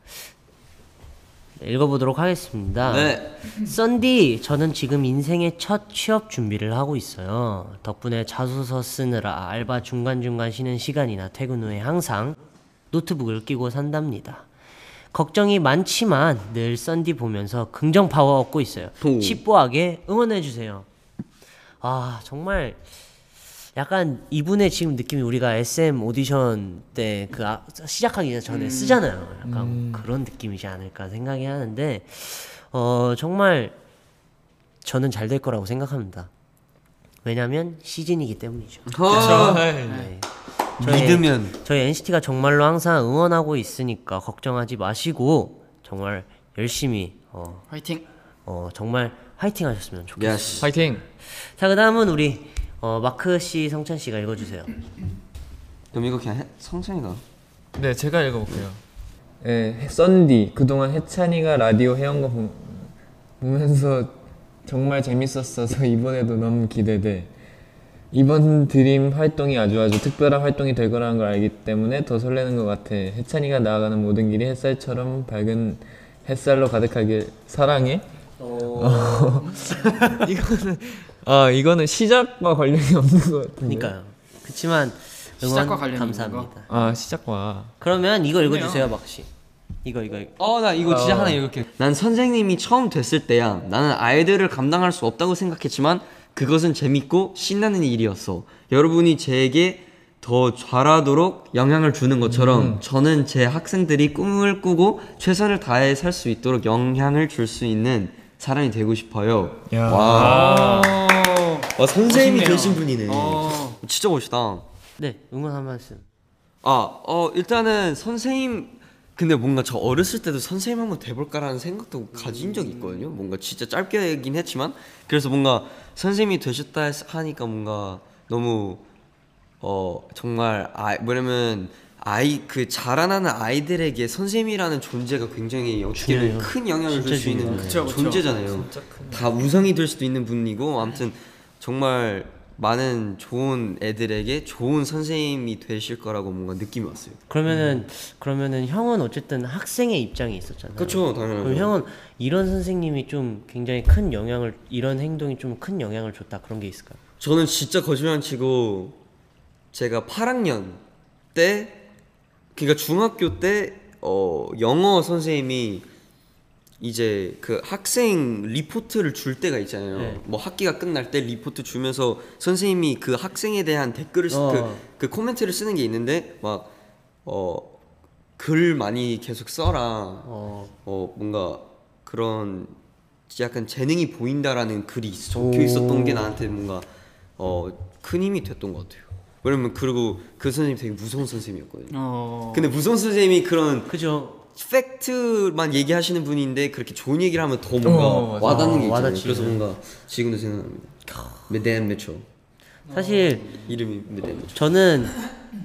Speaker 3: 읽어보도록 하겠습니다.
Speaker 6: 네.
Speaker 3: 썬디, 저는 지금 인생의 첫 취업 준비를 하고 있어요. 덕분에 자소서 쓰느라 알바 중간중간 쉬는 시간이나 퇴근 후에 항상 노트북을 끼고 산답니다. 걱정이 많지만 늘 썬디 보면서 긍정 파워 얻고 있어요.
Speaker 6: 오.
Speaker 3: 치뽀하게 응원해주세요. 아, 정말 약간 이분의 지금 느낌이 우리가 SM 오디션 때 그 시작하기 전에 쓰잖아요. 약간 그런 느낌이지 않을까 생각이 하는데 어 정말 저는 잘 될 거라고 생각합니다. 왜냐면 시즌이기 때문이죠.
Speaker 6: 아,
Speaker 3: 네.
Speaker 6: 그렇죠.
Speaker 3: 저의-
Speaker 6: 믿으면
Speaker 3: 저희 NCT가 정말로 항상 응원하고 있으니까 걱정하지 마시고 정말 열심히 어,
Speaker 7: 화이팅.
Speaker 3: 어 정말 화이팅 하셨으면 좋겠습니다.
Speaker 6: 예스.
Speaker 8: 파이팅.
Speaker 3: 자 그다음은 우리 어, 마크 씨, 성찬 씨가 읽어주세요.
Speaker 6: 그럼 이거 그냥 해- 성찬이가.
Speaker 8: 네, 제가 읽어볼게요. 네, 썬디. 그동안 해찬이가 라디오 해온 거 보- 보면서 정말 재밌었어서 이번에도 너무 기대돼. 이번 드림 활동이 아주 아주 특별한 활동이 될 거라는 걸 알기 때문에 더 설레는 것 같아. 해찬이가 나아가는 모든 길이 햇살처럼 밝은 햇살로 가득하길 사랑해. 이거는 아 이거는 시작과 관련이 없는 것 같은데.
Speaker 3: 그러니까요. 그렇지만 응원
Speaker 7: 시작과 관련 있는
Speaker 3: 감사합니다.
Speaker 8: 아 시작과
Speaker 3: 그러면 이거 읽어주세요, 막 씨. 이거 이거 이거.
Speaker 6: 어 나 이거 진짜 하나 읽을게. 난 선생님이 처음 됐을 때야 나는 아이들을 감당할 수 없다고 생각했지만 그것은 재밌고 신나는 일이었어. 여러분이 제게 더 잘하도록 영향을 주는 것처럼 저는 제 학생들이 꿈을 꾸고 최선을 다해 살 수 있도록 영향을 줄 수 있는 사람이 되고 싶어요.
Speaker 8: 아.
Speaker 6: 와. 와 선생님이
Speaker 7: 멋있네요.
Speaker 6: 되신 분이네.
Speaker 7: 어.
Speaker 6: 진짜 멋있다.
Speaker 3: 네, 응원 한 말씀.
Speaker 6: 아, 어, 일단은 선생님, 근데 뭔가 저 어렸을 때도 선생님 한번 돼볼까라는 생각도 가진 적이 있거든요. 뭔가 진짜 짧게긴 했지만. 그래서 뭔가 선생님이 되셨다 해서 하니까 뭔가 너무, 어, 정말, 아, 뭐냐면, 아이, 그 자라나는 아이들에게 선생님이라는 존재가 굉장히 어떻게 보면 큰 영향을 줄 수 있는
Speaker 7: 그쵸, 그쵸.
Speaker 6: 존재잖아요. 다 우성이 될 수도 있는 분이고, 아무튼 정말 많은 좋은 애들에게 좋은 선생님이 되실 거라고 뭔가 느낌이 왔어요.
Speaker 3: 그러면은 그러면은 형은 어쨌든 학생의 입장에 있었잖아요.
Speaker 6: 음. 그쵸, 네. 당연하죠.
Speaker 3: 그럼 형은 이런 선생님이 좀 굉장히 큰 영향을 이런 행동이 좀 큰 영향을 줬다 그런 게 있을까요?
Speaker 6: 저는 진짜 거짓말 안 치고 제가 8학년 때 그러니까 중학교 때 어 영어 선생님이 이제 그 학생 리포트를 줄 때가 있잖아요.
Speaker 3: 네.
Speaker 6: 뭐 학기가 끝날 때 리포트 주면서 선생님이 그 학생에 대한 댓글을 쓰-
Speaker 3: 어.
Speaker 6: 그, 그 코멘트를 쓰는 게 있는데 막어글 많이 계속 써라.
Speaker 3: 어,
Speaker 6: 어 뭔가 그런 약간 재능이 보인다라는 글이 적혀 있었던 게 나한테 뭔가 어 큰 힘이 됐던 것 같아요. 왜냐면 그리고 그 선생님 되게 무서운 선생님이었거든요.
Speaker 7: 어.
Speaker 6: 근데 무서운 선생님이 그런
Speaker 3: 그죠.
Speaker 6: 팩트만 얘기하시는 분인데 그렇게 좋은 얘기를 하면 더 뭔가
Speaker 8: 어, 맞아.
Speaker 6: 와닿는 게 있잖아요.
Speaker 3: 와닿지.
Speaker 6: 그래서 뭔가 지금도 생각납니다. 메덴 메초 어.
Speaker 3: 사실
Speaker 6: 이름이 메덴 메초.
Speaker 3: 저는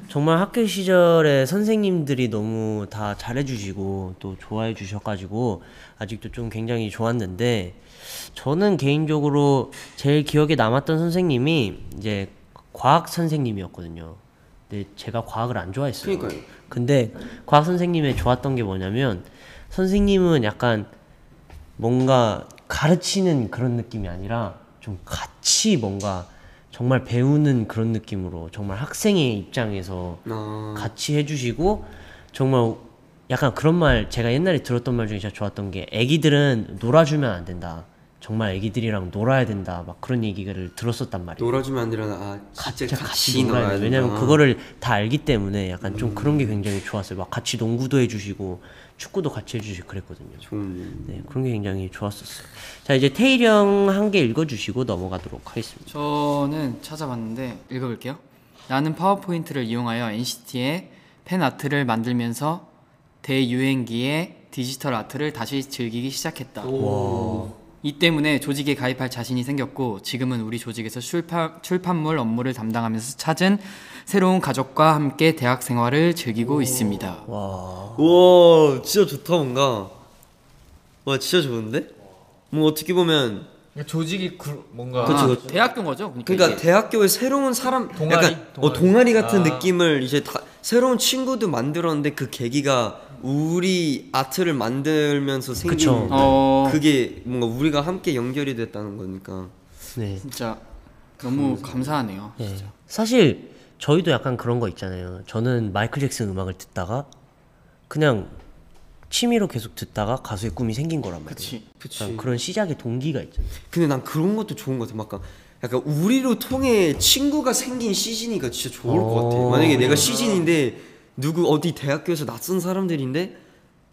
Speaker 3: 정말 학교 시절에 선생님들이 너무 다 잘해주시고 또 좋아해 주셔가지고 아직도 좀 굉장히 좋았는데 저는 개인적으로 제일 기억에 남았던 선생님이 이제 과학 선생님이었거든요. 근데 제가 과학을 안 좋아했어요.
Speaker 6: 그러니까요.
Speaker 3: 근데 과학 선생님의 좋았던 게 뭐냐면 선생님은 약간 뭔가 가르치는 그런 느낌이 아니라 좀 같이 뭔가 정말 배우는 그런 느낌으로 정말 학생의 입장에서
Speaker 6: 아,
Speaker 3: 같이 해주시고 정말 약간 그런 말 제가 옛날에 들었던 말 중에 진짜 좋았던 게 애기들은 놀아주면 안 된다 정말 애기들이랑 놀아야 된다 막 그런 얘기를 들었었단 말이에요
Speaker 6: 놀아주면 안 되려나? 아 진짜
Speaker 3: 진짜
Speaker 6: 같이 놀아야 어. 된다.
Speaker 3: 왜냐면 그거를 다 알기 때문에 약간 좀 그런 게 굉장히 좋았어요 막 같이 농구도 해주시고 축구도 같이 해주시고 그랬거든요
Speaker 6: 좋은
Speaker 3: 네 그런 게 굉장히 좋았었어요 자 이제 테일 형 한 개 읽어주시고 넘어가도록 하겠습니다
Speaker 7: 저는 찾아봤는데 읽어볼게요. 나는 파워포인트를 이용하여 NCT의 팬 아트를 만들면서 대유행기의 디지털 아트를 다시 즐기기 시작했다. 이 때문에 조직에 가입할 자신이 생겼고 지금은 우리 조직에서 출판, 출판물 업무를 담당하면서 찾은 새로운 가족과 함께 대학 생활을 즐기고 있습니다.
Speaker 6: 우와 진짜 좋다 뭔가 와 진짜 좋은데? 뭐 어떻게 보면
Speaker 8: 그러니까 조직이 구, 뭔가
Speaker 6: 그쵸, 그쵸.
Speaker 7: 아, 대학교 거죠? 그러니까,
Speaker 6: 그러니까
Speaker 7: 이게.
Speaker 6: 대학교의 새로운 사람
Speaker 8: 동아리?
Speaker 6: 약간 어,
Speaker 8: 동아리.
Speaker 6: 동아리 같은
Speaker 8: 아.
Speaker 6: 느낌을 이제 다, 새로운 친구도 만들었는데 그 계기가 우리 아트를 만들면서 생긴
Speaker 1: 그쵸.
Speaker 7: 어.
Speaker 6: 그게 뭔가 우리가 함께 연결이 됐다는 거니까
Speaker 3: 네.
Speaker 7: 진짜 너무 감사하네요.
Speaker 3: 예. 사실 저희도 약간 그런 거 있잖아요. 저는 마이클 잭슨 음악을 듣다가 그냥 취미로 계속 듣다가 가수의 꿈이 생긴 거란 말이에요.
Speaker 7: 그치.
Speaker 3: 약간 그런 시작의 동기가 있잖아요.
Speaker 6: 근데 난 그런 것도 좋은 것 같아. 막 약간- 약간 우리로 통해 친구가 생긴 시즌이가 진짜 좋을 것 같아.
Speaker 3: 어.
Speaker 6: 만약에 내가 시즌인데 누구 어디 대학교에서 낯선 사람들인데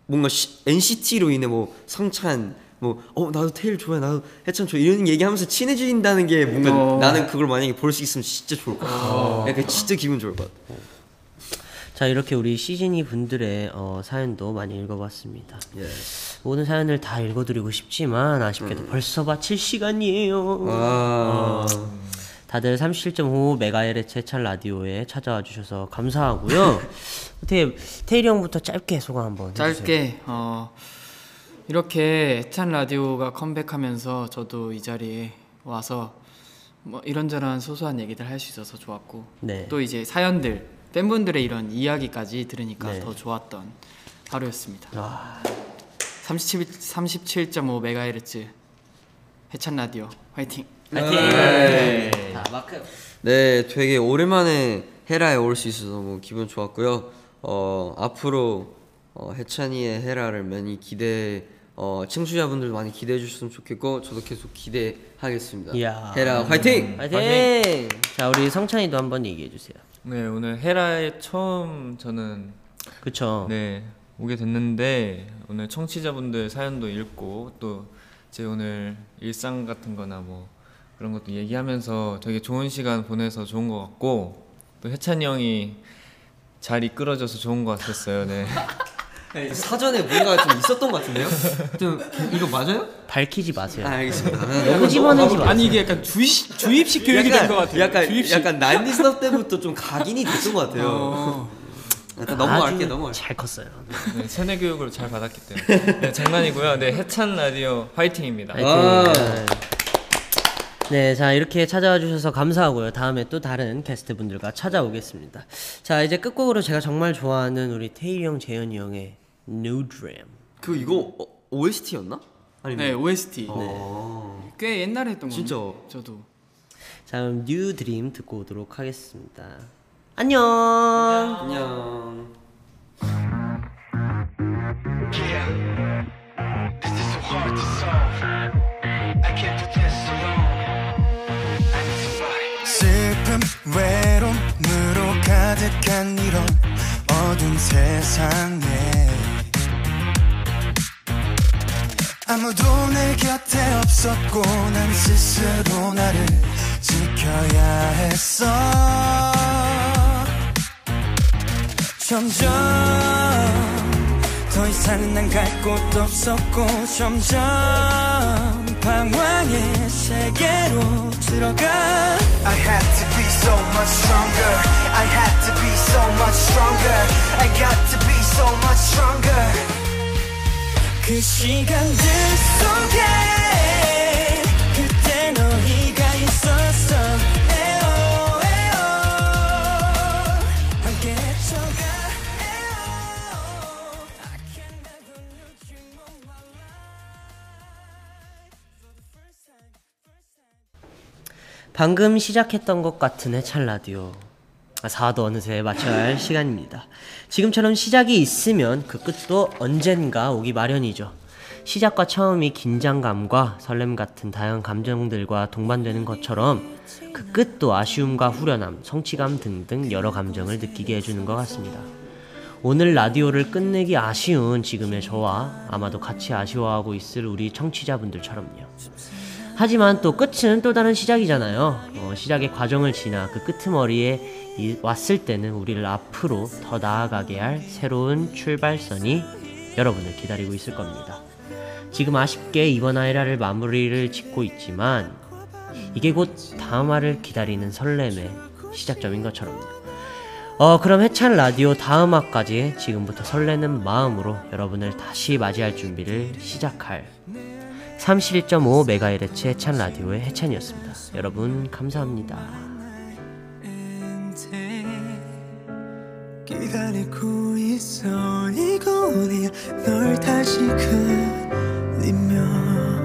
Speaker 6: 뭔가 시, NCT로 인해 뭐 성찬 뭐 어 나도 테일 좋아해 나도 해찬 좋아 해 이런 얘기하면서 친해진다는 게 뭔가
Speaker 7: 어.
Speaker 6: 나는 그걸 만약에 볼 수 있으면 진짜 좋을 것 같아. 약간 진짜 기분 좋을 것 같아.
Speaker 3: 자 이렇게 우리 시즈니 분들의 어, 사연도 많이 읽어봤습니다.
Speaker 6: 예.
Speaker 3: 모든 사연을 다 읽어드리고 싶지만 아쉽게도 벌써 마칠 시간이에요.
Speaker 6: 음. 아.
Speaker 3: 다들 37.5 메가헤르츠 해찰 라디오에 찾아와 주셔서 감사하고요. 어떻게 테일이 형부터 짧게 소감 한번 해주세요.
Speaker 7: 짧게 어, 이렇게 애찬 라디오가 컴백하면서 저도 이 자리에 와서 뭐 이런저런 소소한 얘기들 할 수 있어서 좋았고
Speaker 3: 네.
Speaker 7: 또 이제 사연들 팬분들의 이런 이야기까지 들으니까
Speaker 3: 네. 아.
Speaker 7: 더 좋았던 하루였습니다. 37 37.5 메가헤르츠 해찬 라디오 화이팅.
Speaker 6: 네, 되게 오랜만에 헤라에 올 수 있어서 너무 기분 좋았고요. 어, 앞으로 어, 해찬이의 헤라를 많이 기대 어, 청취자분들 많이 기대해 주셨으면 좋겠고 저도 계속 기대하겠습니다.
Speaker 3: 이야.
Speaker 6: 헤라 음. 화이팅!
Speaker 3: 파이팅! 자 우리 성찬이도 한번 얘기해 주세요.
Speaker 8: 네 오늘 헤라에 처음 저는
Speaker 3: 그쵸?
Speaker 8: 네 오게 됐는데 오늘 청취자분들 사연도 읽고 또 제 오늘 일상 같은거나 뭐 그런 것도 얘기하면서 되게 좋은 시간 보내서 좋은 것 같고 또 해찬이 형이 잘 이끌어줘서 좋은 것 같았어요. 네.
Speaker 6: 사전에 뭔가 좀 있었던 것 같은데요? 좀 이거 맞아요?
Speaker 3: 밝히지 마세요.
Speaker 6: 아, 알겠습니다. 아,
Speaker 3: 너무 집어넣지 마세요.
Speaker 7: 아니 이게 약간 주입식 주입식 교육이 된 것 같아요.
Speaker 6: 약간
Speaker 7: 주입식.
Speaker 6: 약간 난디스럽 때부터 좀 각인이 됐던 것 같아요.
Speaker 7: 어.
Speaker 6: 일단 넘어갈게
Speaker 3: 아주
Speaker 6: 넘어갈게.
Speaker 3: 잘 컸어요.
Speaker 8: 네, 세뇌 교육을 잘 받았기 때문에 네, 장난이고요. 네, 해찬 라디오 화이팅입니다.
Speaker 6: 아.
Speaker 3: 네, 자 이렇게 찾아와 주셔서 감사하고요. 다음에 또 다른 게스트 분들과 찾아오겠습니다. 자 이제 끝곡으로 제가 정말 좋아하는 우리 테일이 형, 재현이 형의 New Dream.
Speaker 6: 그 이거
Speaker 7: 어,
Speaker 6: OST였나? 아니면
Speaker 7: 네 OST. 네. 꽤 옛날에 했던 거.
Speaker 6: 어. 진짜.
Speaker 7: 저도.
Speaker 3: 자 그럼 New Dream 듣고 오도록 하겠습니다. 안녕.
Speaker 6: 안녕.
Speaker 10: This is so hard to solve. I can't do this alone. I need somebody.
Speaker 4: 슬픔 외로움으로 가득한 이런 어두운 세상에 아무도 내 곁에 없었고 난 스스로 나를 지켜야 했어 점점 더 이상은 난 갈 곳도 없었고 점점 방황의 세계로 들어가
Speaker 10: I had to be so much stronger. I had to be so much stronger. I got to be so much stronger.
Speaker 4: 그 시간들 속에 그때 너희가 있었어 에오 에오 함께 헤쳐가 에오 I can never lose you on my life For the first time
Speaker 3: 방금 시작했던 것 같은 해찰 라디오. 4도 어느새 마쳐야 할 시간입니다. 지금처럼 시작이 있으면 그 끝도 언젠가 오기 마련이죠. 시작과 처음이 긴장감과 설렘 같은 다양한 감정들과 동반되는 것처럼 그 끝도 아쉬움과 후련함, 성취감 등등 여러 감정을 느끼게 해주는 것 같습니다. 오늘 라디오를 끝내기 아쉬운 지금의 저와 아마도 같이 아쉬워하고 있을 우리 청취자분들처럼요. 하지만 또 끝은 또 다른 시작이잖아요. 어, 시작의 과정을 지나 그 끄트머리에 이- 왔을 때는 우리를 앞으로 더 나아가게 할 새로운 출발선이 여러분을 기다리고 있을 겁니다. 지금 아쉽게 이번 아이라를 마무리를 짓고 있지만 이게 곧 다음 화를 기다리는 설렘의 시작점인 것처럼요. 어, 그럼 해찬 라디오 다음 화까지 지금부터 설레는 마음으로 여러분을 다시 맞이할 준비를 시작할 31.5MHz 해찬 라디오의 해찬이었습니다. 여러분 감사합니다.
Speaker 4: 그
Speaker 5: 기다리고 있어 이거리널 다시 그리며